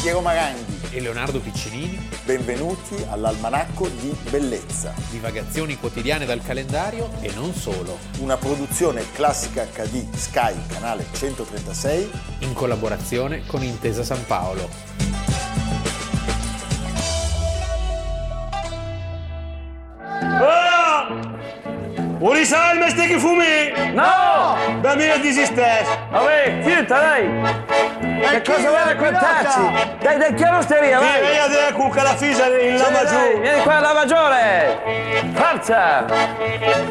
Piero Maranghi. e Leonardo Piccinini, Benvenuti all'Almanacco di Bellezza, divagazioni quotidiane dal calendario e non solo, una produzione classica HD Sky, canale 136. in collaborazione con Intesa San Paolo. Ah! Unisa il mestiere fumi! No! Da mia disistenza! Vabbè, zitta, dai! Che cosa vuoi raccontarci? Dai, dai, chiaro osteria, Vieni vai! via della cucca la fisa in lama Dai, dai, giù! Vieni qua, la maggiore! Forza!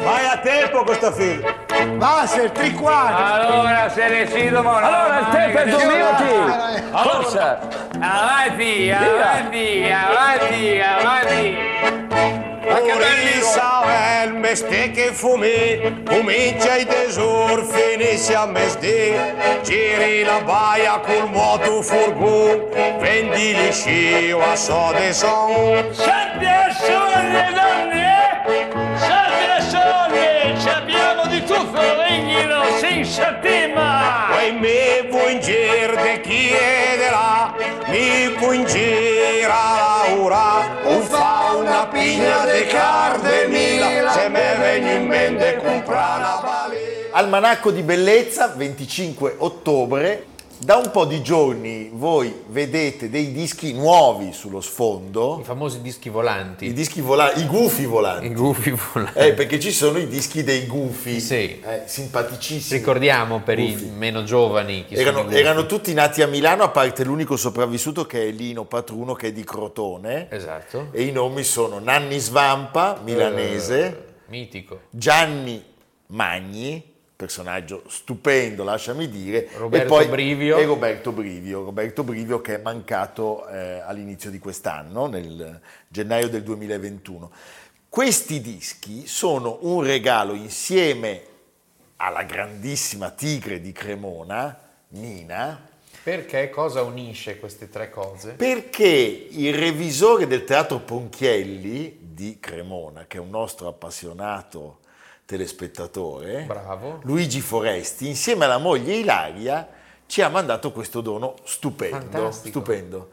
Vai a tempo questa fila! Basel, tre quarti. Allora se ne sido mo, no? Allora, il tempo è due minuti! Forza! Avanti, avanti, avanti, avanti. Ma che bello! Unisa il mestiere che fumi, comincia i tesori, finisce a mestiere, giri la baia col moto furgù, vendi li sci a so de son. Sabbia sole, donne! Sabbia sole! Ci abbiamo di tutto, vengono senza tema! Poi mi vuoi in giro te chiederà, mi vuoi in giro Laura, o fa una pigna di carte mila, se me vengo in mente comprare una valigia. Almanacco di Bellezza, 25 ottobre. Da un po' di giorni voi vedete dei dischi nuovi sullo I sfondo, famosi dischi volanti, i dischi volanti, i gufi volanti. i gufi volanti. Eh, perché ci sono i dischi dei gufi, Sì. eh, simpaticissimi. Ricordiamo per Gufi. i meno giovani chi sono i Erano, gufi. erano tutti nati a Milano, a parte l'unico sopravvissuto che è Lino Patruno, che è di Crotone. Esatto. E i nomi sono Nanni Svampa, milanese, Eh, mitico. Gianni Magni, personaggio stupendo, lasciami dire, Roberto e poi Brivio. e Roberto Brivio, Roberto Brivio che è mancato eh, all'inizio di quest'anno, nel gennaio del 2021. Questi dischi sono un regalo insieme alla grandissima tigre di Cremona, Nina, Perché cosa unisce queste tre cose? perché il revisore del teatro Ponchielli di Cremona, che è un nostro appassionato telespettatore, Bravo. Luigi Foresti, insieme alla moglie Ilaria, ci ha mandato questo dono stupendo. Fantastico. Stupendo.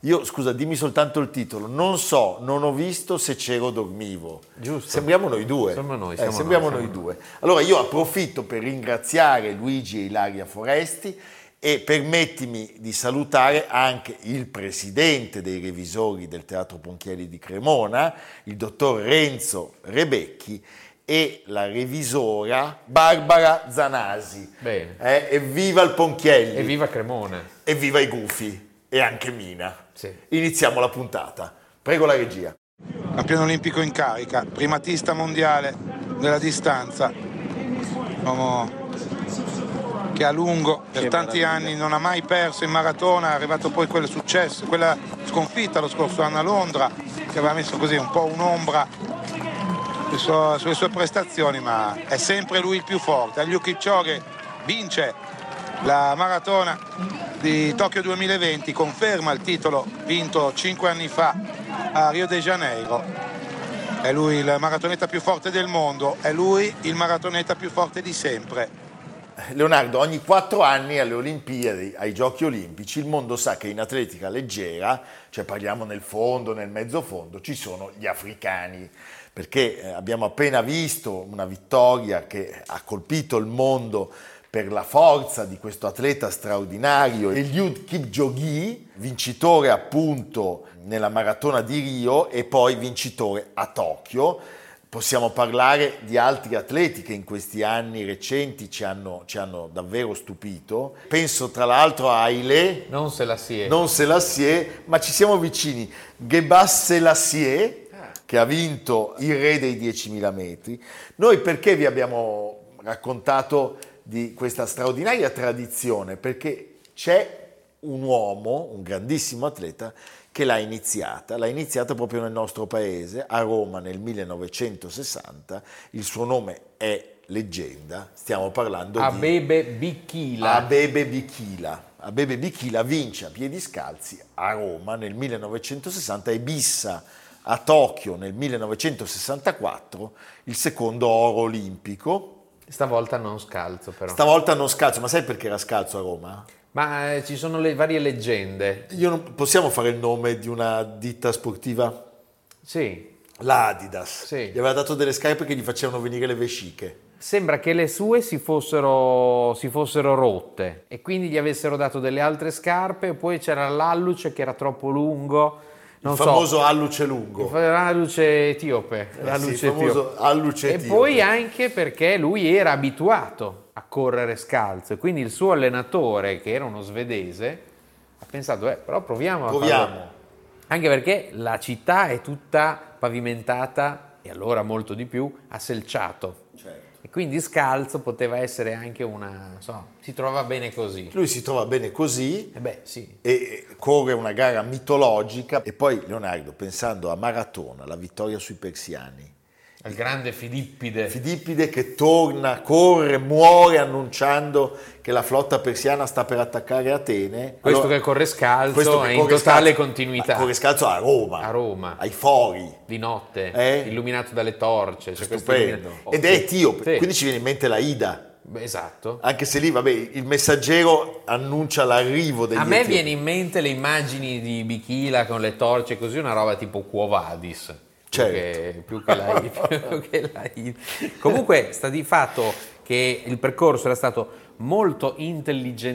Io, scusa, dimmi soltanto il titolo. Non so, non ho visto se c'ero dormivo. Giusto. Sembriamo noi due. Siamo noi, Eh, siamo sembriamo noi, noi siamo due. Allora io approfitto per ringraziare Luigi e Ilaria Foresti e permettimi di salutare anche il presidente dei revisori del Teatro Ponchielli di Cremona, il dottor Renzo Rebecchi e la revisora Barbara Zanasi. Bene. Eh, evviva il Ponchielli! Evviva Cremona! Evviva i gufi! E anche Mina. Sì. Iniziamo la puntata. Prego la regia. Campione olimpico in carica, primatista mondiale della distanza, uomo che a lungo, per tanti anni, non ha mai perso in maratona, è arrivato poi quel successo, quella sconfitta lo scorso anno a Londra, che aveva messo così un po' un'ombra sui suo- sulle sue prestazioni, ma è sempre lui il più forte. Agli Kipchoge vince la maratona di Tokyo 2020, conferma il titolo vinto 5 anni fa a Rio de Janeiro. È lui il maratoneta più forte del mondo, è lui il maratoneta più forte di sempre. Leonardo, ogni quattro anni alle Olimpiadi, ai Giochi Olimpici, il mondo sa che in atletica leggera, cioè parliamo nel fondo, nel mezzo fondo, ci sono gli africani, perché eh, abbiamo appena visto una vittoria che ha colpito il mondo per la forza di questo atleta straordinario, Eliud Kipchoge, vincitore appunto nella maratona di Rio e poi vincitore a Tokyo. Possiamo parlare di altri atleti che in questi anni recenti ci hanno, ci hanno davvero stupito. Penso tra l'altro a Aile, Non se la si è. non Selassie, ma ci siamo vicini. Gebas Selassie, che ha vinto il re dei 10.000 metri. Noi perché vi abbiamo raccontato di questa straordinaria tradizione? Perché c'è un uomo, un grandissimo atleta, che l'ha iniziata, l'ha iniziata proprio nel nostro paese, a Roma nel 1960, il suo nome è leggenda, stiamo parlando di... Abebe Bicchila. Abebe Bichila. Abebe Bichila vince a piedi scalzi a Roma nel 1960 e bissa a Tokyo nel 1964 il secondo oro olimpico Stavolta non scalzo però. Stavolta non scalzo, ma sai perché era scalzo a Roma? Ma eh, ci sono le varie leggende. Io non- possiamo fare il nome di una ditta sportiva? Sì. La Adidas. Sì. Gli aveva dato delle scarpe che gli facevano venire le vesciche. Sembra che le sue si fossero, si fossero rotte e quindi gli avessero dato delle altre scarpe e poi c'era l'alluce che era troppo lungo. Non il so. famoso alluce lungo. Eh La luce etiope. La sì, luce il famoso etiope. alluce e etiope. poi anche perché lui era abituato a correre scalzo e quindi il suo allenatore, che era uno svedese, ha pensato, eh, però proviamo a farlo. Proviamo. Anche perché la città è tutta pavimentata e allora molto di più a selciato. Certo. E quindi scalzo poteva essere anche una... non so, si trova bene così. Lui si trova bene così E beh, sì. e corre una gara mitologica. E poi Leonardo, pensando a Maratona, la vittoria sui persiani, Il grande Filippide. Filippide che torna, corre, muore annunciando che la flotta persiana sta per attaccare Atene. questo Allora, che corre questo scalzo che è in corre totale scalzo- continuità. Corre scalzo a Roma. A Roma. Ai fori. di notte, Eh? illuminato dalle torce. c'è questa Stupendo. illumina- Oh, Ed è sì. etiope, Sì. quindi ci viene in mente la Ida. Beh, Esatto. Anche se lì, vabbè, il messaggero annuncia l'arrivo degli A me etiopi. viene in mente le immagini di Bichila con le torce, così una roba tipo Cuovadis. Più Certo. che, più che la, più che la- Comunque sta di fatto che il percorso era stato molto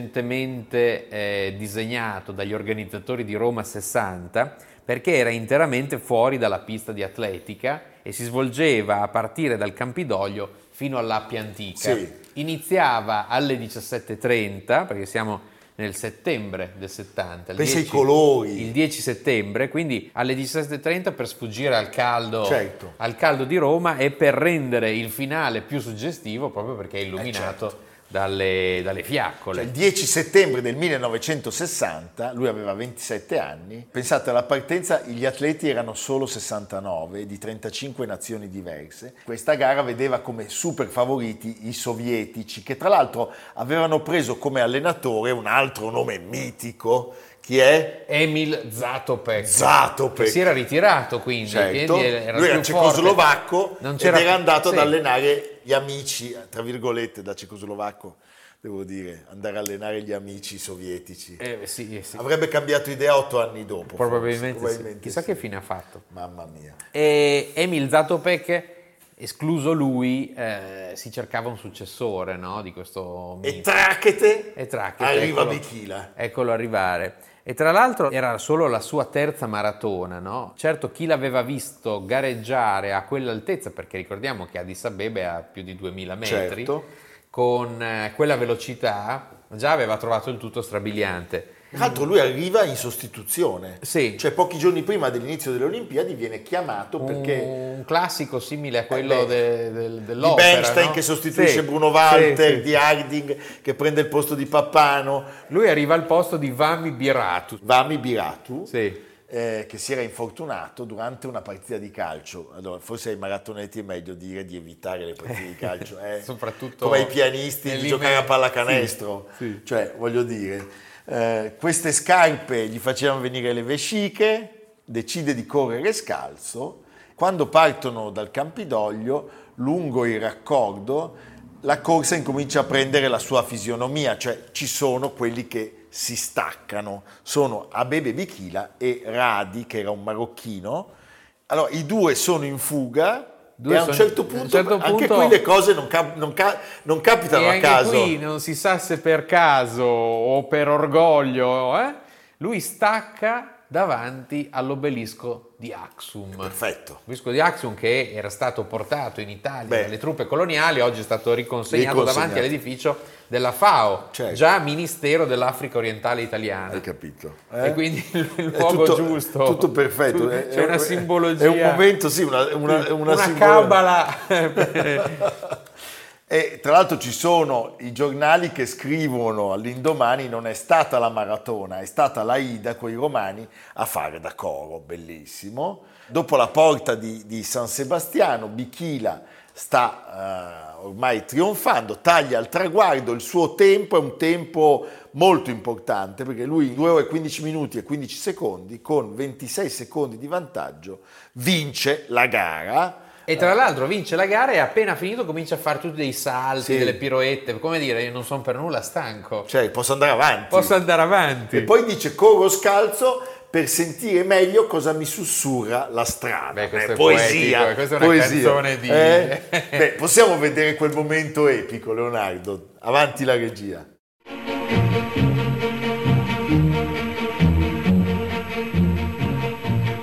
intelligentemente eh, disegnato dagli organizzatori di Roma 60 perché era interamente fuori dalla pista di atletica e si svolgeva a partire dal Campidoglio fino all'Appia Antica. Sì. Iniziava alle 17.30, perché siamo nel settembre del 70. il Pensa ai colori. Il 10 settembre, quindi alle 17.30 per sfuggire al caldo, Certo. al caldo di Roma e per rendere il finale più suggestivo proprio perché è illuminato dalle, dalle fiaccole. Eh, certo. Cioè, il 10 settembre del 1960, lui aveva 27 anni, pensate alla partenza, gli atleti erano solo 69 di 35 nazioni diverse. Questa gara vedeva come super favoriti i sovietici, che tra l'altro avevano preso come allenatore un altro nome mitico, che è Emil Zatopek. Zatopek. Che si era ritirato quindi. Certo, quindi era lui era più forte. cecoslovacco Non ed era andato sì. ad allenare gli amici, tra virgolette, da cecoslovacco, devo dire, andare a allenare gli amici sovietici. Eh, sì, sì. Avrebbe cambiato idea otto anni dopo. forse, Probabilmente, sì. Ah, probabilmente Chissà sì. che Mm. fine ha fatto. Mamma mia. E Emil Zatopek, escluso lui, eh, si cercava un successore no, di questo E mito. Trachete, E Trachete, arriva eccolo. Bichila. Eccolo arrivare. E tra l'altro era solo la sua terza maratona, no? Certo chi l'aveva visto gareggiare a quell'altezza, perché ricordiamo che Addis Abeba è a più di 2000 metri, Certo. con eh, quella velocità già aveva trovato il tutto strabiliante. Tra l'altro lui arriva in sostituzione. Sì. Cioè pochi giorni prima dell'inizio delle Olimpiadi viene chiamato perché... Eh un classico simile a beh, quello de- del- Di dell'opera Bernstein no? che sostituisce Sì, Bruno Walter, sì, sì. di Harding che prende il posto di Pappano, lui arriva al posto di Vami Biratu Vami Biratu, sì. eh, che si era infortunato durante una partita di calcio. Allora, forse ai maratonetti è meglio dire di evitare le partite di calcio, eh. Soprattutto come ai pianisti di nell'ime- giocare a pallacanestro. Cioè, voglio dire, eh, queste scarpe gli facevano venire le vesciche, decide di correre scalzo. Quando partono dal Campidoglio, lungo il raccordo, la corsa incomincia a prendere la sua fisionomia, cioè ci sono quelli che si staccano, sono Abebe Bichila e Radi, che era un marocchino. Allora, i due sono in fuga Due e a un sono- certo a un punto, certo anche punto- qui le cose non, cap- non ca- non capitano E a anche caso. qui non si sa se per caso o per orgoglio, eh, lui stacca davanti all'obelisco di Axum. Perfetto. L'obelisco di Axum che era stato portato in Italia Beh. dalle truppe coloniali, oggi è stato riconsegnato Riconsegnato. davanti all'edificio della FAO, Certo. già Ministero dell'Africa Orientale Italiana. Hai capito? Eh? E quindi il, il È luogo tutto- giusto. Tutto perfetto. C'è È- una è- simbologia. È un momento, sì, una, una, una una simbolo- cabala. E tra l'altro ci sono i giornali che scrivono all'indomani non è stata la maratona, è stata la Ida con i romani a fare da coro, bellissimo. Dopo la porta di, di San Sebastiano, Bichila sta eh, ormai trionfando, taglia al traguardo, il suo tempo è un tempo molto importante perché lui in 2 ore 15 minuti e 15 secondi con 26 secondi di vantaggio vince la gara E tra l'altro vince la gara e appena finito comincia a fare tutti dei salti, Sì. delle piroette. Come dire, io non sono per nulla stanco. Cioè, posso andare avanti. Posso andare avanti. E poi dice corro scalzo per sentire meglio cosa mi sussurra la strada. Beh, questo Beh, è poesia, poetico, eh, questa è una poesia. canzone di- Eh? Beh, possiamo vedere quel momento epico, Leonardo. Avanti la regia.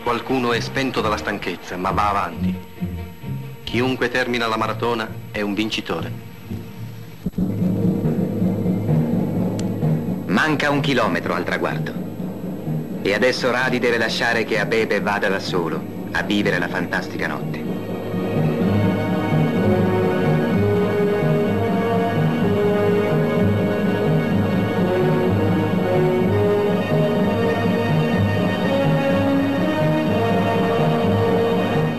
Qualcuno è spento dalla stanchezza, ma va avanti. Chiunque termina la maratona è un vincitore. Manca un chilometro al traguardo. E adesso Radi deve lasciare che Abebe vada da solo a vivere la fantastica notte.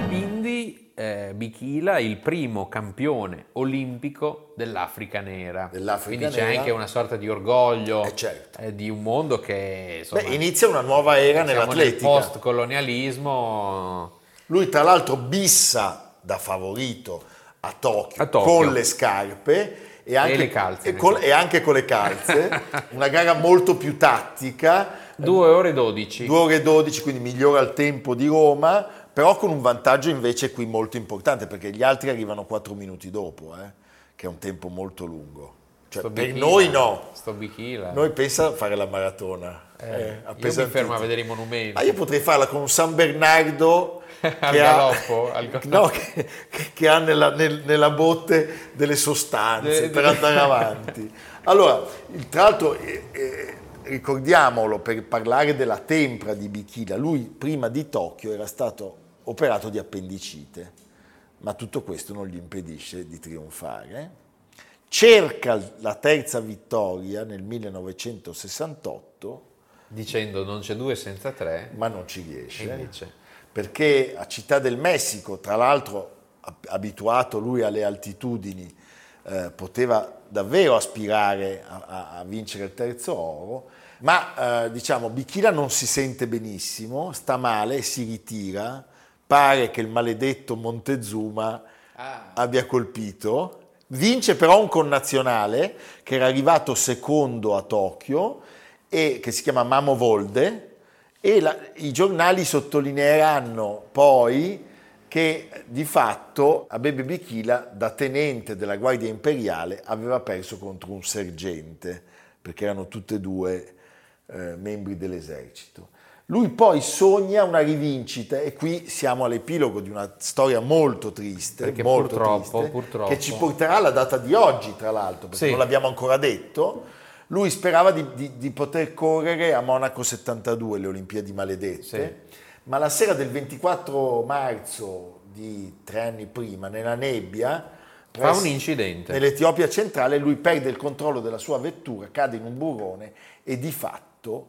Quindi eh, Bikila, il primo campione olimpico dell'Africa nera. Dell'Africa Quindi c'è nera. anche una sorta di orgoglio Eh, certo. eh, di un mondo che insomma, Beh, inizia una nuova era siamo nel nell'atletica. post-colonialismo. Lui tra l'altro bissa da favorito a Tokyo, A Tokyo. con le scarpe e anche, le calze, e col- e anche con le calze, una gara molto più tattica, 2 ore 12. 2 ore e 12, quindi migliora il tempo di Roma, però con un vantaggio invece qui molto importante, perché gli altri arrivano 4 minuti dopo, eh, che è un tempo molto lungo. Cioè, Sto per Bikila, noi no, Sto Bikila. noi pensa a fare la maratona. eh, io mi appesantito. fermo a vedere i monumenti. Ma Ah, io potrei farla con un San Bernardo Al che ha- galoppo, al galoppo. no, che, che ha nella, nel- nella botte delle sostanze De- per de- andare avanti. Allora, il- tra l'altro, eh, eh, ricordiamolo per parlare della tempra di Bikila, lui prima di Tokyo era stato operato di appendicite, ma tutto questo non gli impedisce di trionfare. Cerca la terza vittoria nel 1968 Dicendo non c'è due senza tre. ma non ci riesce. E invece? Perché a Città del Messico, tra l'altro ab- abituato lui alle altitudini, eh, poteva davvero aspirare a, a- a vincere il terzo oro, ma eh, diciamo Bikila non si sente benissimo, sta male, si ritira, pare che il maledetto Montezuma abbia colpito. Vince però un connazionale che era arrivato secondo a Tokyo e che si chiama Mamo Volde e la- i giornali sottolineeranno poi che di fatto Abebe Bichila da tenente della Guardia Imperiale aveva perso contro un sergente perché erano tutte e due eh, membri dell'esercito. Lui poi sogna una rivincita e qui siamo all'epilogo di una storia molto triste, Perché molto purtroppo- triste, purtroppo. che ci porterà alla data di oggi, tra l'altro, perché Sì. non l'abbiamo ancora detto. Lui sperava di, di- di poter correre a Monaco 72, le Olimpiadi maledette, ma la sera del 24 marzo di tre anni prima, nella nebbia, Fa presso- un incidente. Nell'Etiopia centrale lui perde il controllo della sua vettura, cade in un burrone e di fatto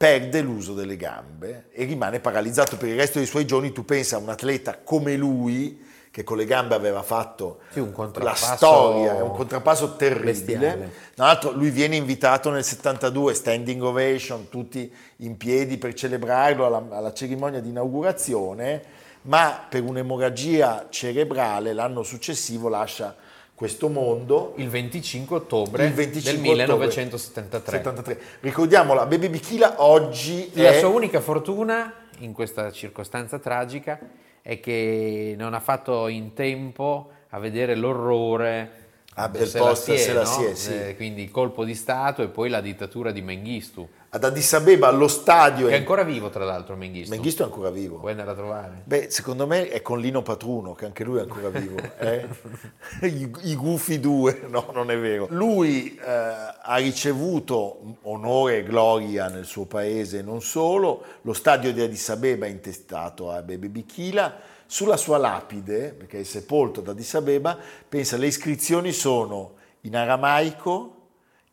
perde l'uso delle gambe e rimane paralizzato per il resto dei suoi giorni. Tu pensa a un atleta come lui, che con le gambe aveva fatto Sì, un la contrappasso storia, è un contrappasso terribile. bestiale. Tra l'altro lui viene invitato nel 72, standing ovation, tutti in piedi per celebrarlo alla, alla cerimonia di inaugurazione, ma per un'emorragia cerebrale l'anno successivo lascia questo mondo Il 25 ottobre il 25 del ottobre 1973. 73. Ricordiamola, Baby Bichila oggi La è- sua unica fortuna in questa circostanza tragica è che non ha fatto in tempo a vedere l'orrore Ah, del del post se la si è, sì. Eh, quindi il colpo di Stato e poi la dittatura di Mengistu, ad Addis Abeba allo stadio. che è ancora vivo tra l'altro Mengistu. Menghisto è ancora vivo. Vuoi andare a trovare? Beh, secondo me è con Lino Patruno, che anche lui è ancora vivo. eh? I, I gufi due, no, non è vero. Lui eh, ha ricevuto onore e gloria nel suo paese e non solo. Lo stadio di Addis Abeba è intestato a Bebe Bichila. Sulla sua lapide, perché è sepolto ad Addis Abeba, pensa le iscrizioni sono in aramaico,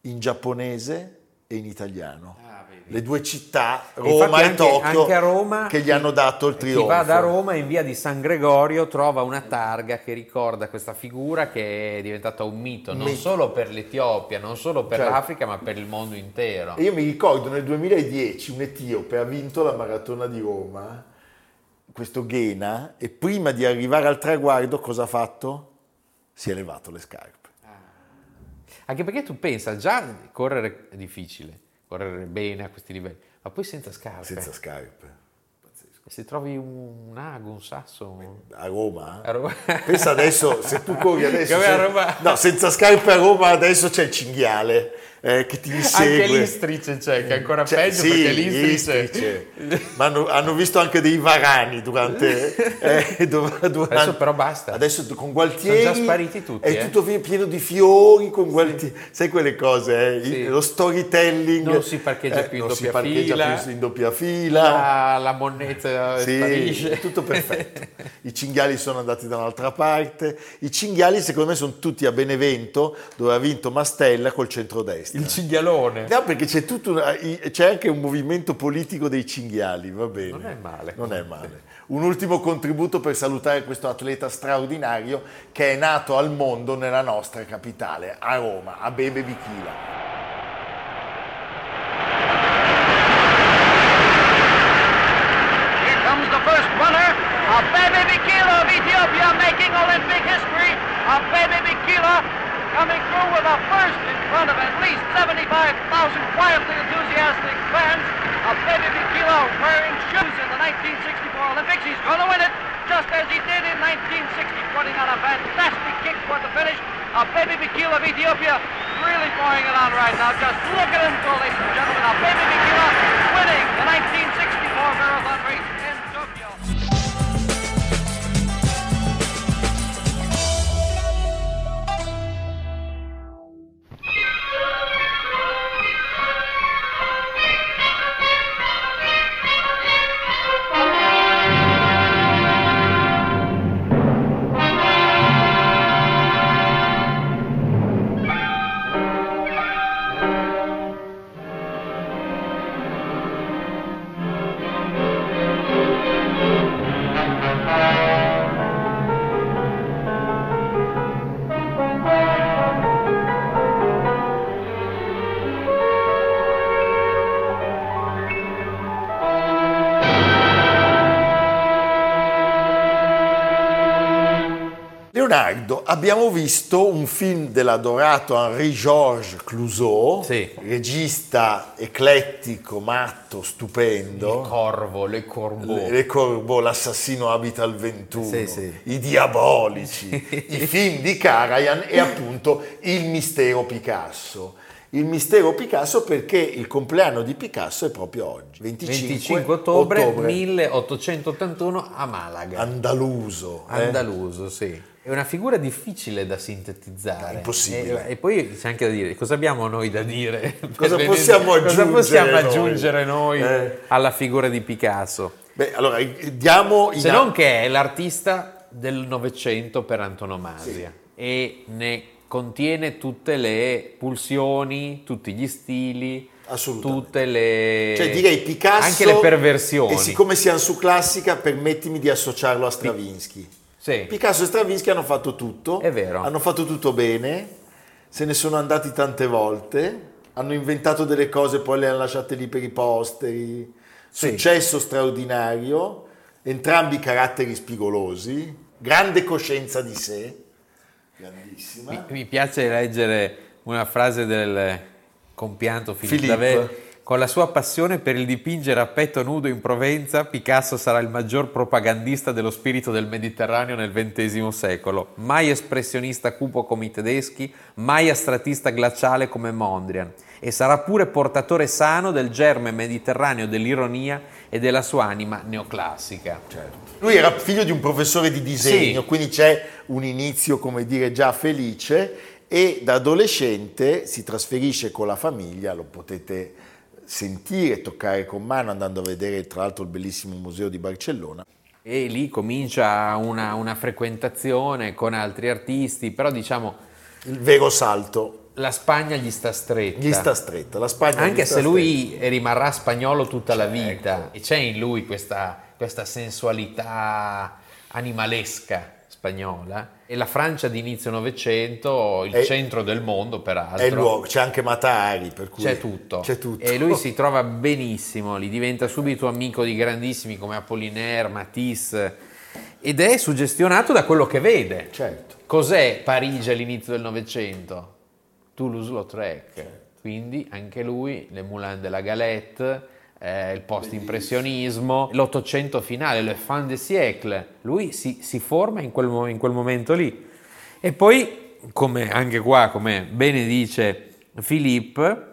in giapponese e in italiano. le due città, Roma Ah, Infatti e anche- Tokyo, anche a Roma che gli chi- hanno dato il Chi trionfo. va da Roma in via di San Gregorio trova una targa che ricorda questa figura che è diventata un mito, non Mito. solo per l'Etiopia, non solo per Certo. l'Africa, ma per il mondo intero. E Io mi ricordo nel 2010 un etiope ha vinto la maratona di Roma questo Ghena e prima di arrivare al traguardo cosa ha fatto? Si è levato le scarpe. Eh. Anche perché tu pensa, già correre è difficile, correre bene a questi livelli, ma poi senza scarpe. Senza scarpe. E Se trovi un, un ago, un sasso... un- A Roma? eh? a roba- Pensa adesso, se tu corri adesso... Come se- a Roma. No, senza scarpe a Roma adesso c'è il cinghiale eh, che ti insegue. Anche l'istrice c'è, che è ancora Cioè, peggio sì, perché l'istrice... l'istrice. Ma hanno, hanno visto anche dei varani durante... eh, dur- durante- Adesso però basta. Adesso tu- con Gualtieri... Sono già spariti tutti, È eh. tutto fi- pieno di fiori con Gualtieri. Sai quelle cose, eh? Il- Sì. Lo storytelling... eh, Non si parcheggia più in non si doppia parcheggia fila. più in doppia fila. La, la monnezza Sì, sparisce. è tutto perfetto. I cinghiali sono andati da un'altra parte. I cinghiali, secondo me, sono tutti a Benevento, dove ha vinto Mastella col centrodestra. Il cinghialone. No, perché c'è, tutto una- i- c'è anche un movimento politico dei cinghiali, va bene. Non è male. Non è male. Un ultimo contributo per salutare questo atleta straordinario che è nato al mondo nella nostra capitale, a Roma, a Bebe Bichila. Here comes the first runner, Abebe Bikila of Ethiopia making Olympic history. Abebe Bikila coming through with a first in front of at least 75,000 wildly enthusiastic fans. Abebe Bikila wearing shoes in the 1964 Olympics. He's going to win it just as he did in 1960, putting on a fantastic kick toward the finish. Abebe Bikila of Ethiopia really pouring it on right now. Just look at him go, ladies and gentlemen. Abebe Bikila winning the 1964 marathon race in Tokyo. Leonardo, abbiamo visto un film dell'adorato Henri-Georges Clouseau, Sì. regista eclettico, matto, stupendo. Il corvo, le corvo. Le- Le Corbo, l'assassino abita il 21, Boh. Sì, sì. i diabolici, i film di Karajan e appunto il mistero Picasso. Il mistero Picasso perché il compleanno di Picasso è proprio oggi, 25, 25 ottobre, ottobre. 1881 a Malaga. andaluso. eh. Andaluso, sì. È una figura difficile da È sintetizzare. impossibile. E, e poi c'è anche da dire, cosa abbiamo noi da dire? Cosa Per possiamo venire- cosa aggiungere possiamo noi? aggiungere noi Eh. alla figura di Picasso? Beh, allora eh, diamo in Se non che è l'artista del Novecento per antonomasia e ne contiene tutte le pulsioni, tutti gli stili, Assolutamente. tutte le... Cioè direi Picasso Anche le perversioni. E siccome siamo su classica, permettimi di associarlo a Stravinsky. Sì. Picasso e Stravinsky hanno fatto tutto. È vero. Hanno fatto tutto bene, se ne sono andati tante volte, hanno inventato delle cose, poi le hanno lasciate lì per i posteri. Successo straordinario, entrambi caratteri spigolosi, grande coscienza di sé, grandissima. Mi, mi piace leggere una frase del compianto Filippo Philippe. Davel. Con la sua passione per il dipingere a petto nudo in Provenza, Picasso sarà il maggior propagandista dello spirito del Mediterraneo nel XX secolo. Mai espressionista cupo come i tedeschi, mai astratista glaciale come Mondrian. E sarà pure portatore sano del germe mediterraneo dell'ironia e della sua anima neoclassica. Lui era figlio di un professore di disegno, Sì. quindi c'è un inizio, come dire, già felice e da adolescente si trasferisce con la famiglia, lo potete sentire, toccare con mano andando a vedere tra l'altro il bellissimo museo di Barcellona. E lì comincia una, una frequentazione con altri artisti, però diciamo Il vero salto, la Spagna gli sta stretta. gli sta stretta, la Spagna gli Anche sta Certo. se lui rimarrà spagnolo tutta la vita, e c'è in lui questa, questa sensualità animalesca spagnola e la Francia di inizio Novecento, il È- centro del mondo peraltro. È il luogo, c'è anche Matari, per cui C'è tutto. C'è tutto. E lui si trova benissimo lì, diventa subito amico di grandissimi come Apollinaire, Matisse ed è suggestionato da quello che vede. Certo. Cos'è Parigi all'inizio del Novecento? Toulouse-Lautrec. Certo. Quindi anche lui, le Moulin de la Galette, eh, il post-impressionismo, l'Ottocento finale, le fin de siècle. Lui si, si forma in quel, mo- in quel momento lì. E poi, come anche qua, come bene dice Philippe,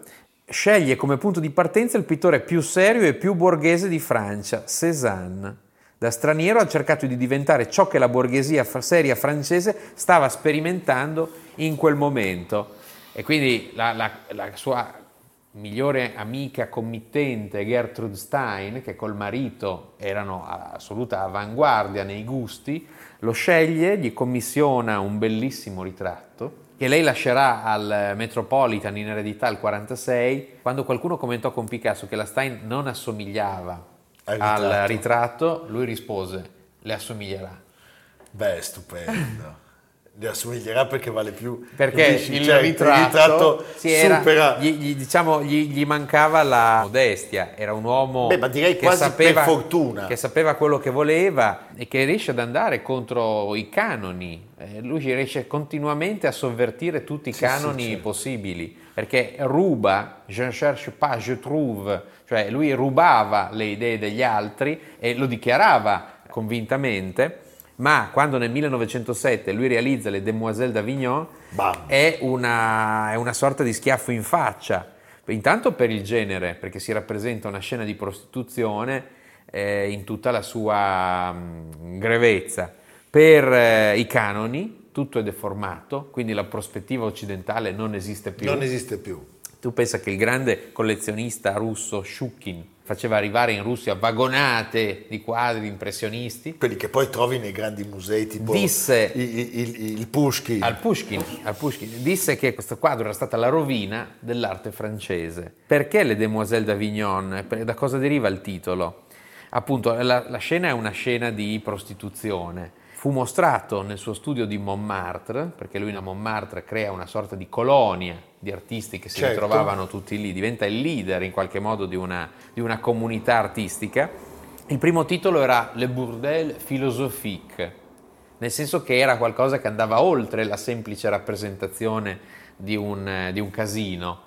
sceglie come punto di partenza il pittore più serio e più borghese di Francia, Cézanne. Da straniero ha cercato di diventare ciò che la borghesia fr- seria francese stava sperimentando in quel momento. E quindi la, la- la sua migliore amica committente Gertrude Stein, che col marito erano a- assoluta avanguardia nei gusti, lo sceglie, gli commissiona un bellissimo ritratto che lei lascerà al Metropolitan in eredità al 46, quando qualcuno commentò con Picasso che la Stein non assomigliava Al al ritratto, lui rispose le assomiglierà. Beh, stupendo. Le assomiglierà perché vale più. Perché Capisci? il, Cioè, ritratto, si era- supera. gli, gli- diciamo, gli- gli mancava la modestia, era un uomo Beh, ma direi che, quasi sapeva, per fortuna. che sapeva quello che voleva e che riesce ad andare contro i canoni. Eh, lui riesce continuamente a sovvertire tutti i canoni possibili, perché ruba, je ne cherche pas, je trouve, cioè lui rubava le idee degli altri e lo dichiarava convintamente. Ma quando nel 1907 lui realizza le Demoiselles d'Avignon, Bam. è una, è una sorta di schiaffo in faccia. Intanto per il genere, perché si rappresenta una scena di prostituzione eh, in tutta la sua mh, grevezza. Per eh, i canoni tutto è deformato, quindi la prospettiva occidentale non esiste più. Non esiste più. Tu pensa che il grande collezionista russo Shukin faceva arrivare in Russia vagonate di quadri impressionisti Quelli che poi trovi nei grandi musei, tipo Disse- i- i- il, il, Pushkin. Al Pushkin, al Pushkin. disse che questo quadro era stata la rovina dell'arte francese. Perché le Demoiselles d'Avignon? Per- Da cosa deriva il titolo? Appunto, la, la scena è una scena di prostituzione. Fu mostrato nel suo studio di Montmartre, perché lui a Montmartre crea una sorta di colonia di artisti che si Certo. ritrovavano tutti lì, diventa il leader in qualche modo di una, di una comunità artistica. Il primo titolo era Le Bourdel Philosophique, nel senso che era qualcosa che andava oltre la semplice rappresentazione di un, eh, di un casino.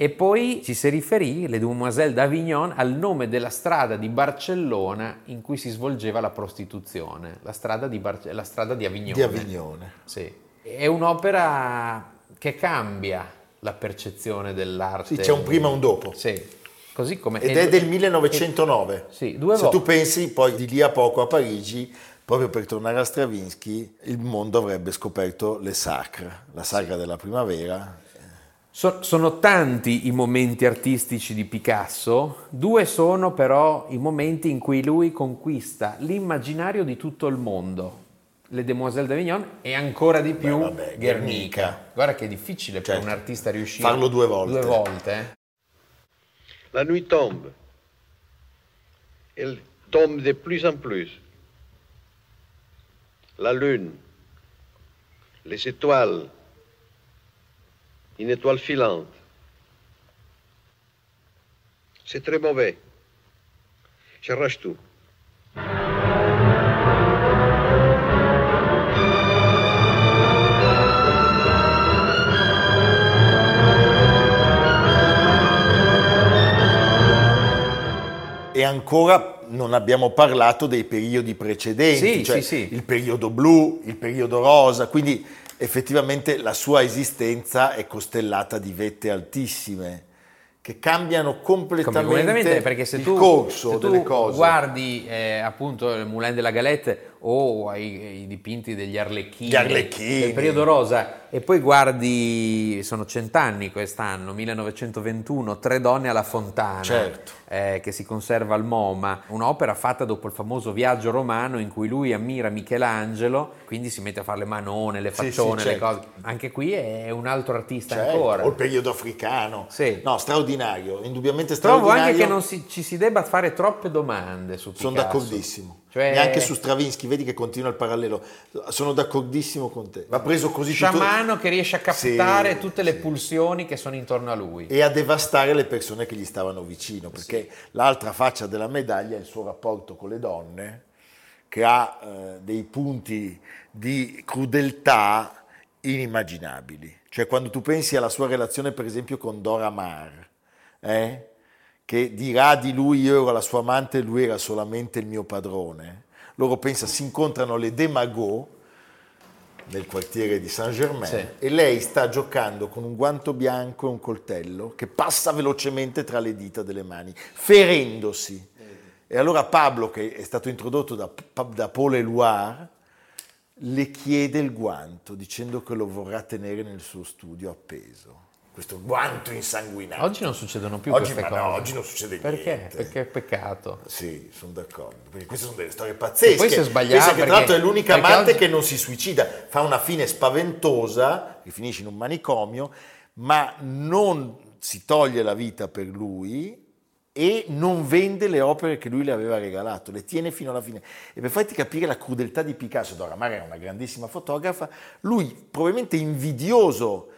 E poi ci si riferì, le Demoiselles d'Avignon, al nome della strada di Barcellona in cui si svolgeva la prostituzione, la strada di, Barce- la strada di Avignone. di Avignone. Sì. È un'opera che cambia la percezione dell'arte. Sì, c'è un prima e un dopo. Sì. Così come... Ed e- è del 1909. Sì, due Se tu volte. pensi poi di lì a poco a Parigi, proprio per tornare a Stravinsky, il mondo avrebbe scoperto le sacre, la sagra della primavera. So- sono tanti i momenti artistici di Picasso, due sono però i momenti in cui lui conquista l'immaginario di tutto il mondo. Le Demoiselles d'Avignon e ancora di più vabbè, Guernica. Guernica. Guarda che è difficile Certo. per un artista riuscire Farlo due volte. Due volte. eh. La nuit tombe. Elle tombe de plus en plus. La lune, les étoiles, une étoile filante. C'est très mauvais. J'arrache tout. E ancora non abbiamo parlato dei periodi precedenti, Sì, cioè sì, sì. il periodo blu, il periodo rosa, quindi effettivamente la sua esistenza è costellata di vette altissime che cambiano completamente, completamente perché se il tu, corso se tu delle cose. guardi eh, appunto il Moulin della Galette o ai- i dipinti degli Arlecchini, Gli Arlecchini. del periodo rosa e poi guardi sono cent'anni quest'anno 1921 Tre donne alla fontana Certo. eh, che si conserva al MoMA un'opera fatta dopo il famoso viaggio romano in cui lui ammira Michelangelo quindi si mette a fare le manone le Sì, sì, faccione le certo. cose anche qui è un altro artista Certo, ancora o il periodo africano. Sì. No, straordinario, indubbiamente Trovo straordinario. anche che non si- ci si debba fare troppe domande su Picasso. Sono d'accordissimo. Cioè- Neanche su Stravinsky, vedi che continua il parallelo. Sono d'accordissimo con te. Va preso così tutto sciamano che riesce a captare Sì, tutte le pulsioni che sono intorno a lui. e a devastare le persone che gli stavano vicino, perché l'altra faccia della medaglia è il suo rapporto con le donne, che ha eh, dei punti di crudeltà inimmaginabili. Cioè quando tu pensi alla sua relazione per esempio con Dora Maar, eh, che dirà di lui io ero la sua amante e lui era solamente il mio padrone, loro pensa si incontrano le Demagots nel quartiere di Saint-Germain Sì. e lei sta giocando con un guanto bianco e un coltello che passa velocemente tra le dita delle mani, ferendosi. E allora Pablo, che è stato introdotto da, Pa- da Paul Eluard, le chiede il guanto dicendo che lo vorrà tenere nel suo studio appeso. Questo guanto insanguinato. Oggi non succedono più Oggi, queste ma cose. no, oggi non succede Perché? niente. Perché è peccato. Sì, sono d'accordo. Perché queste sono delle storie pazzesche. E poi se sbagliava, Pensa che tra perché- l'altro è l'unica perché amante oggi- che non si suicida, fa una fine spaventosa, che finisce in un manicomio, ma non si toglie la vita per lui e non vende le opere che lui le aveva regalato, le tiene fino alla fine. E per farti capire la crudeltà di Picasso, Dora Mare era una grandissima fotografa, lui probabilmente invidioso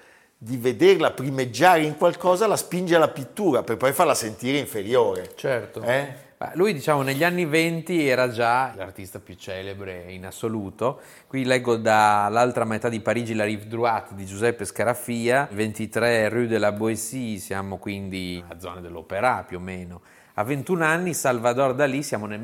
di vederla primeggiare in qualcosa, la spinge alla pittura per poi farla sentire inferiore. Certo. Eh? Ma lui, diciamo, negli anni 20 era già l'artista più celebre in assoluto. Qui leggo dall'altra metà di Parigi la Rive Droite di Giuseppe Scarafia, 23 Rue de la Boétie, siamo quindi a zona dell'Opera più o meno. A 21 anni Salvador Dalì, siamo nel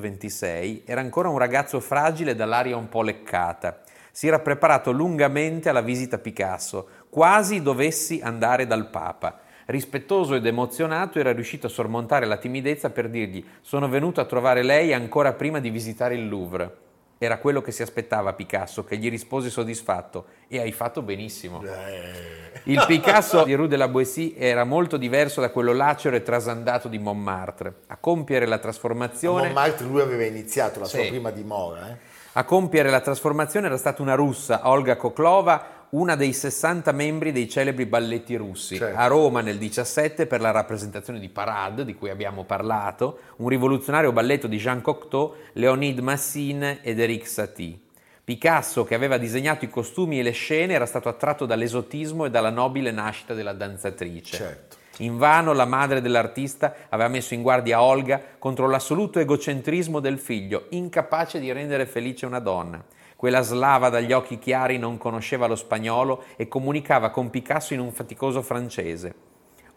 1926, era ancora un ragazzo fragile dall'aria un po' leccata. Si era preparato lungamente alla visita a Picasso, quasi dovessi andare dal Papa. Rispettoso ed emozionato era riuscito a sormontare la timidezza per dirgli sono venuto a trovare lei ancora prima di visitare il Louvre. Era quello che si aspettava Picasso, che gli rispose soddisfatto e hai fatto benissimo. Eh, Il Picasso di Rue de la Boétie era molto diverso da quello lacero e trasandato di Montmartre. A compiere la trasformazione... Montmartre lui aveva iniziato la sua Sì. prima dimora. eh. A compiere la trasformazione era stata una russa, Olga Koklova, una dei 60 membri dei celebri balletti russi. Certo. A Roma nel 17 per la rappresentazione di Parade, di cui abbiamo parlato, un rivoluzionario balletto di Jean Cocteau, Leonid Massin ed Eric Satie. Picasso, che aveva disegnato i costumi e le scene, era stato attratto dall'esotismo e dalla nobile nascita della danzatrice. Certo. Invano la madre dell'artista aveva messo in guardia Olga contro l'assoluto egocentrismo del figlio, incapace di rendere felice una donna. Quella slava dagli occhi chiari non conosceva lo spagnolo e comunicava con Picasso in un faticoso francese.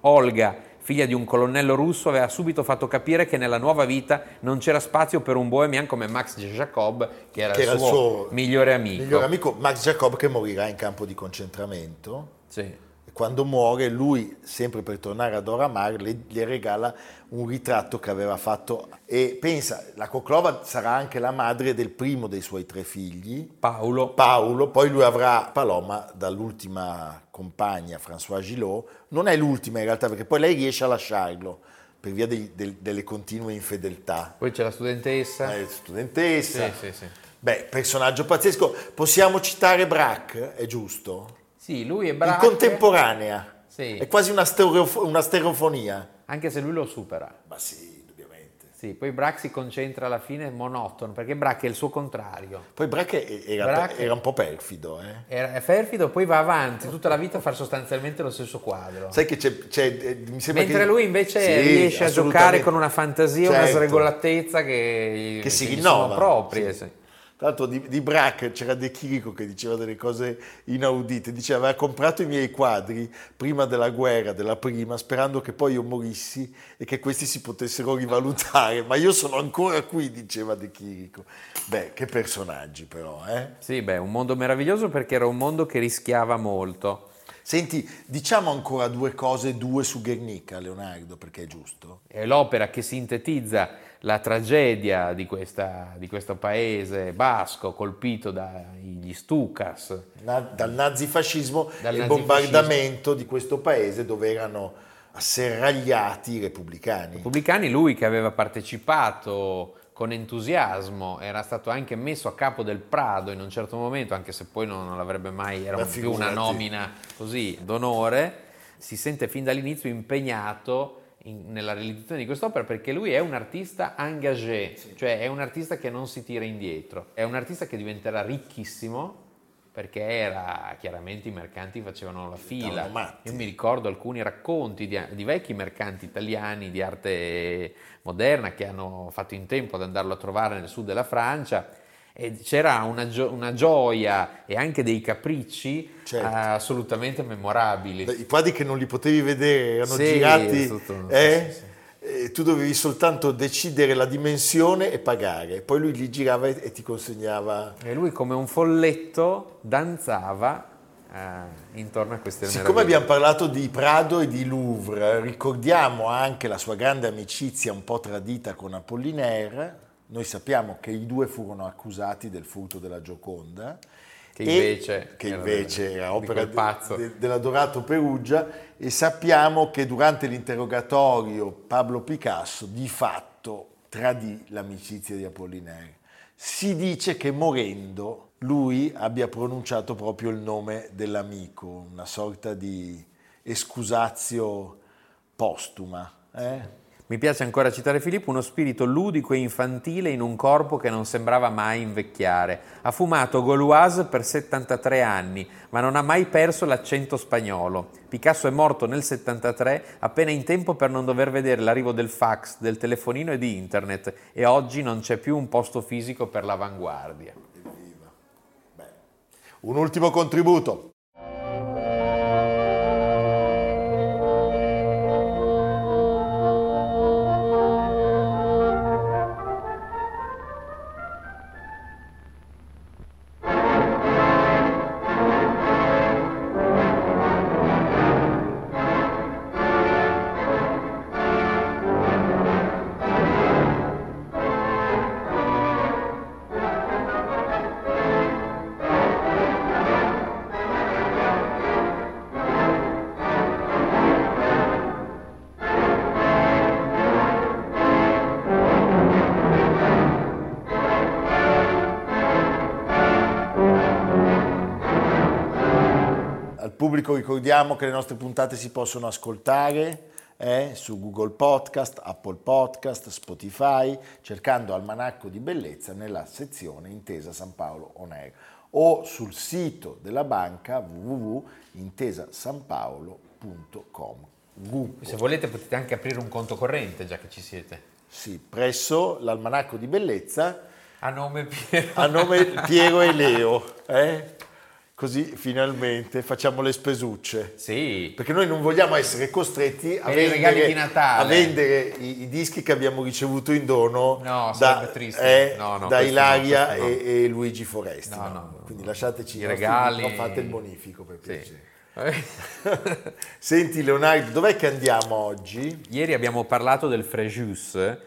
Olga, figlia di un colonnello russo, aveva subito fatto capire che nella nuova vita non c'era spazio per un bohemian come Max Jacob, che era, Che era il, suo migliore amico. miglior amico Max Jacob che morirà in campo di concentramento. Sì. E Quando muore, lui, sempre per tornare ad Oramar, le, le regala un ritratto che aveva fatto. E pensa, la Coclova sarà anche la madre del primo dei suoi tre figli, Paolo. Paolo, poi lui avrà Paloma dall'ultima compagna François Gillot, non è l'ultima in realtà perché poi lei riesce a lasciarlo per via dei- del- delle continue infedeltà. Poi c'è la studentessa. È studentessa, Eh. Sì, sì, sì. Beh, personaggio pazzesco. Possiamo citare Braque, è giusto? Sì, lui è In bravo. contemporanea. Sì. È quasi una, stereof- una stereofonia. Anche se lui lo supera. Ma sì, indubbiamente. Sì, poi Brack si concentra alla fine monotono, perché Brack è il suo contrario. Poi Braque era, Braque- era un po' perfido, eh. Era- È perfido, poi va avanti tutta la vita a fare sostanzialmente lo stesso quadro. Sai che c'è, c'è- eh, mi sembra Mentre che- lui invece Sì, riesce a giocare assolutamente. con una fantasia, una Certo. sregolatezza che, che si gli rinnova. sono proprie. Sì. sì. Tra l'altro di, di Braque c'era De Chirico che diceva delle cose inaudite, diceva aveva comprato i miei quadri prima della guerra, della prima, sperando che poi io morissi e che questi si potessero rivalutare, ma io sono ancora qui, diceva De Chirico. Beh, che personaggi però, eh? Sì, beh, un mondo meraviglioso perché era un mondo che rischiava molto. Senti, diciamo ancora due cose, due su Guernica, Leonardo, perché è giusto. È l'opera che sintetizza la tragedia di, questa- di questo paese basco colpito dagli Stukas, Na- dal nazifascismo Dal e il nazifascismo. bombardamento di questo paese dove erano asserragliati i repubblicani. Pubblicani, lui che aveva partecipato con entusiasmo, era stato anche messo a capo del Prado in un certo momento, anche se poi non, non l'avrebbe mai, era Ma un- più una figurati. nomina così d'onore, si sente fin dall'inizio impegnato in- nella realizzazione di quest'opera perché lui è un artista engagé, cioè è un artista che non si tira indietro, è un artista che diventerà ricchissimo perché era chiaramente i mercanti facevano la fila. Io mi ricordo alcuni racconti di, di vecchi mercanti italiani di arte moderna che hanno fatto in tempo ad andarlo a trovare nel sud della Francia. E c'era una, gio- una gioia e anche dei capricci Certo. eh, assolutamente memorabili. I quadri che non li potevi vedere, erano Sì, girati, tutto- eh? E tu dovevi soltanto decidere la dimensione e pagare, poi lui li girava e, e ti consegnava. E lui come un folletto danzava eh, intorno a queste Siccome meraviglie. abbiamo parlato di Prado e di Louvre, ricordiamo anche la sua grande amicizia un po' tradita con Apollinaire. Noi sappiamo che i due furono accusati del furto della Gioconda. Che e- invece che era- invece era, di opera quel pazzo. de- dell'adorato Perugia e sappiamo che durante l'interrogatorio Pablo Picasso di fatto tradì l'amicizia di Apollinaire. Si dice che morendo lui abbia pronunciato proprio il nome dell'amico, una sorta di escusazio postuma. eh? Mi piace ancora citare Filippo, uno spirito ludico e infantile in un corpo che non sembrava mai invecchiare. Ha fumato Gauloise per 73 anni, ma non ha mai perso l'accento spagnolo. Picasso è morto nel 73, appena in tempo per non dover vedere l'arrivo del fax, del telefonino e di internet, e oggi non c'è più un posto fisico per l'avanguardia. Un ultimo contributo. Al pubblico ricordiamo che le nostre puntate si possono ascoltare eh, su Google Podcast, Apple Podcast, Spotify, cercando Almanacco di Bellezza nella sezione Intesa San Paolo On Air o sul sito della banca www.intesasanpaolo.com. Gu- Se volete potete anche aprire un conto corrente, già che ci siete. Sì, presso l'Almanacco di Bellezza A nome Piero. a nome Piero e Leo. eh? Così finalmente facciamo le spesucce. Sì. Perché noi non vogliamo essere costretti a Per i vendere, regali di Natale. a vendere i, i dischi che abbiamo ricevuto in dono No, da, sarebbe triste. eh, No, no, da questo Ilaria no, questo e, e Luigi Foresti. No, no? no, Quindi lasciateci I nostri- regali. no, fate il bonifico per Sì. piacere. Eh. Senti Leonardo, dov'è che andiamo oggi? Ieri abbiamo parlato del Fréjus eh,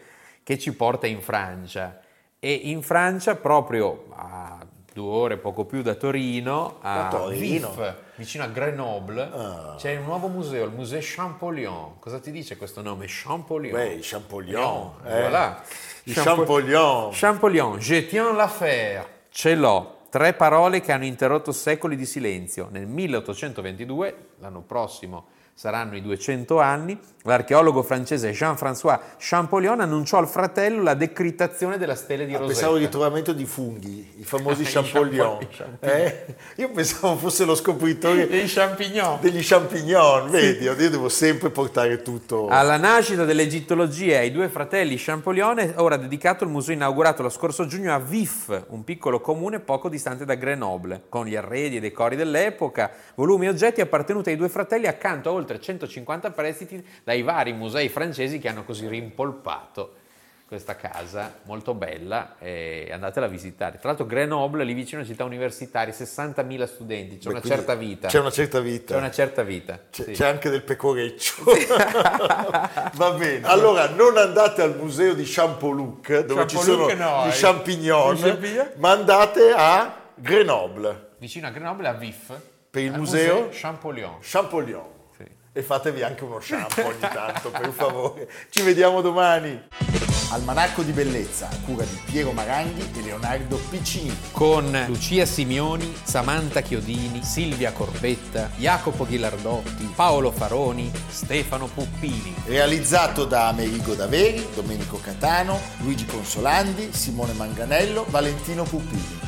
che ci porta in Francia e in Francia proprio a due ore poco più da Torino, a Da Torino? Ah. Vif, vicino a Grenoble, c'è un nuovo museo, il museo Champollion. Cosa ti dice questo nome? Champollion. Beh, il Champollion. No, eh. voilà. Il Champollion. Champollion, je tiens l'affaire. Ce l'ho. Tre parole che hanno interrotto secoli di silenzio. Nel 1822, l'anno prossimo saranno i 200 anni, l'archeologo francese Jean-François Champollion annunciò al fratello la decrittazione della stele di Ah, Rosetta. pensavo il ritrovamento di funghi, i famosi I champollion. Eh? Io pensavo fosse lo scopritore Dei champignon. degli champignon, vedi, io devo sempre portare tutto. Alla nascita dell'egittologia e ai due fratelli Champollion è ora dedicato il museo inaugurato lo scorso giugno a Vif, un piccolo comune poco distante da Grenoble, con gli arredi e decori dell'epoca, volumi e oggetti appartenuti ai due fratelli accanto a oltre 150 prestiti dai vari musei francesi che hanno così rimpolpato questa casa molto bella e andatela a visitare. Tra l'altro Grenoble, lì vicino a città universitaria, 60.000 studenti, c'è Beh, una quindi certa vita. C'è una certa vita. C'è una certa vita. C'è- sì. c'è anche del pecoreccio. Va bene. Allora, non andate al museo di Champoluc, dove ci sono Champoluc no, i eh. champignon, I champignon. ma andate a Grenoble Vicino a Grenoble, a Vif. per il al museo, Champollion. Champollion. E fatevi anche uno shampoo ogni tanto, per favore. Ci vediamo domani. Almanacco di bellezza a cura di Piero Maranghi e Leonardo Piccini. Con Lucia Simioni, Samantha Chiodini, Silvia Corbetta, Jacopo Ghilardotti, Paolo Faroni, Stefano Puppini. Realizzato da Amerigo Daveri, Domenico Catano, Luigi Consolandi, Simone Manganello, Valentino Puppini.